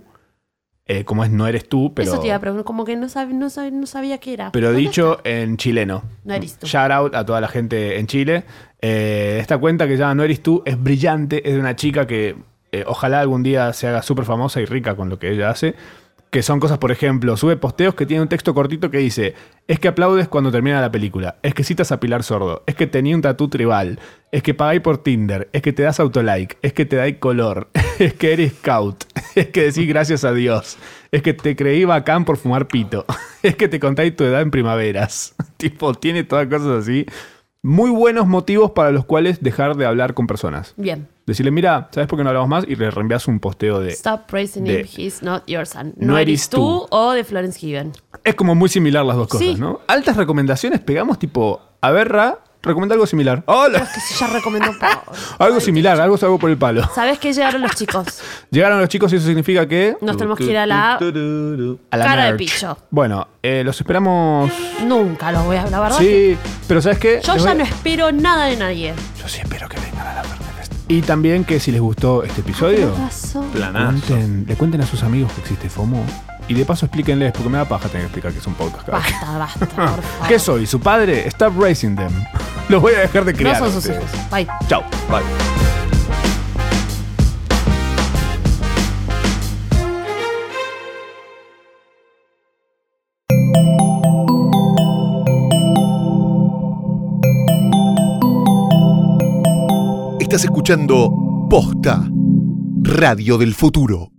eh, como es No Eres Tú, pero, Eso te iba a preguntar, como que no, sab- no, sab- no sabía qué era. pero ¿Dónde dicho en chileno. No eres tú. Shout out a toda la gente en Chile. Eh, esta cuenta que se llama No Eres Tú es brillante. Es de una chica que eh, ojalá algún día se haga súper famosa y rica con lo que ella hace. Que son cosas, por ejemplo, sube posteos que tiene un texto cortito que dice: Es que aplaudes cuando termina la película. Es que citas a Pilar Sordo. Es que tenía un tatú tribal. Es que pagáis por Tinder. Es que te das autolike. Es que te dais color. Es que eres scout. Es que decís gracias a Dios. Es que te creí bacán por fumar pito. Es que te contáis tu edad en primaveras. tipo, tiene todas cosas así. Muy buenos motivos para los cuales dejar de hablar con personas. Bien. Decirle, mira, ¿sabes por qué no hablamos más? Y le reenvías un posteo de. Stop praising de- him, he's not your son. No eres tú. o de Florence Given. Es como muy similar las dos cosas, Sí. ¿no? Altas recomendaciones, pegamos tipo, a ver, Ra, recomienda algo similar. ¡Hola! Que se ya recomendó por- Algo similar, algo salgo por el palo. ¿Sabes qué llegaron los chicos? Llegaron los chicos y eso significa que. Nos tenemos que ir a la... Tururú. A la Cara de merch. picho. Bueno, eh, los esperamos. Nunca los voy a la verdad. que Sí, pero ¿sabes qué? Yo Les ya voy- no espero nada de nadie. Yo sí espero que vengan a la Bernafest. Y también que si les gustó Ah, este episodio, ¿Qué pasó? Planazo. cuenten, le cuenten a sus amigos que existe FOMO. Y de paso explíquenles, porque me da paja tener que explicar que es un podcast. cada vez. Basta, basta, por favor. ¿Qué soy? ¿Su padre? Stop raising them. Los voy a dejar de No criar. son a sus ustedes. hijos. Bye. Chao. Vale. Estás escuchando Posta Radio del Futuro.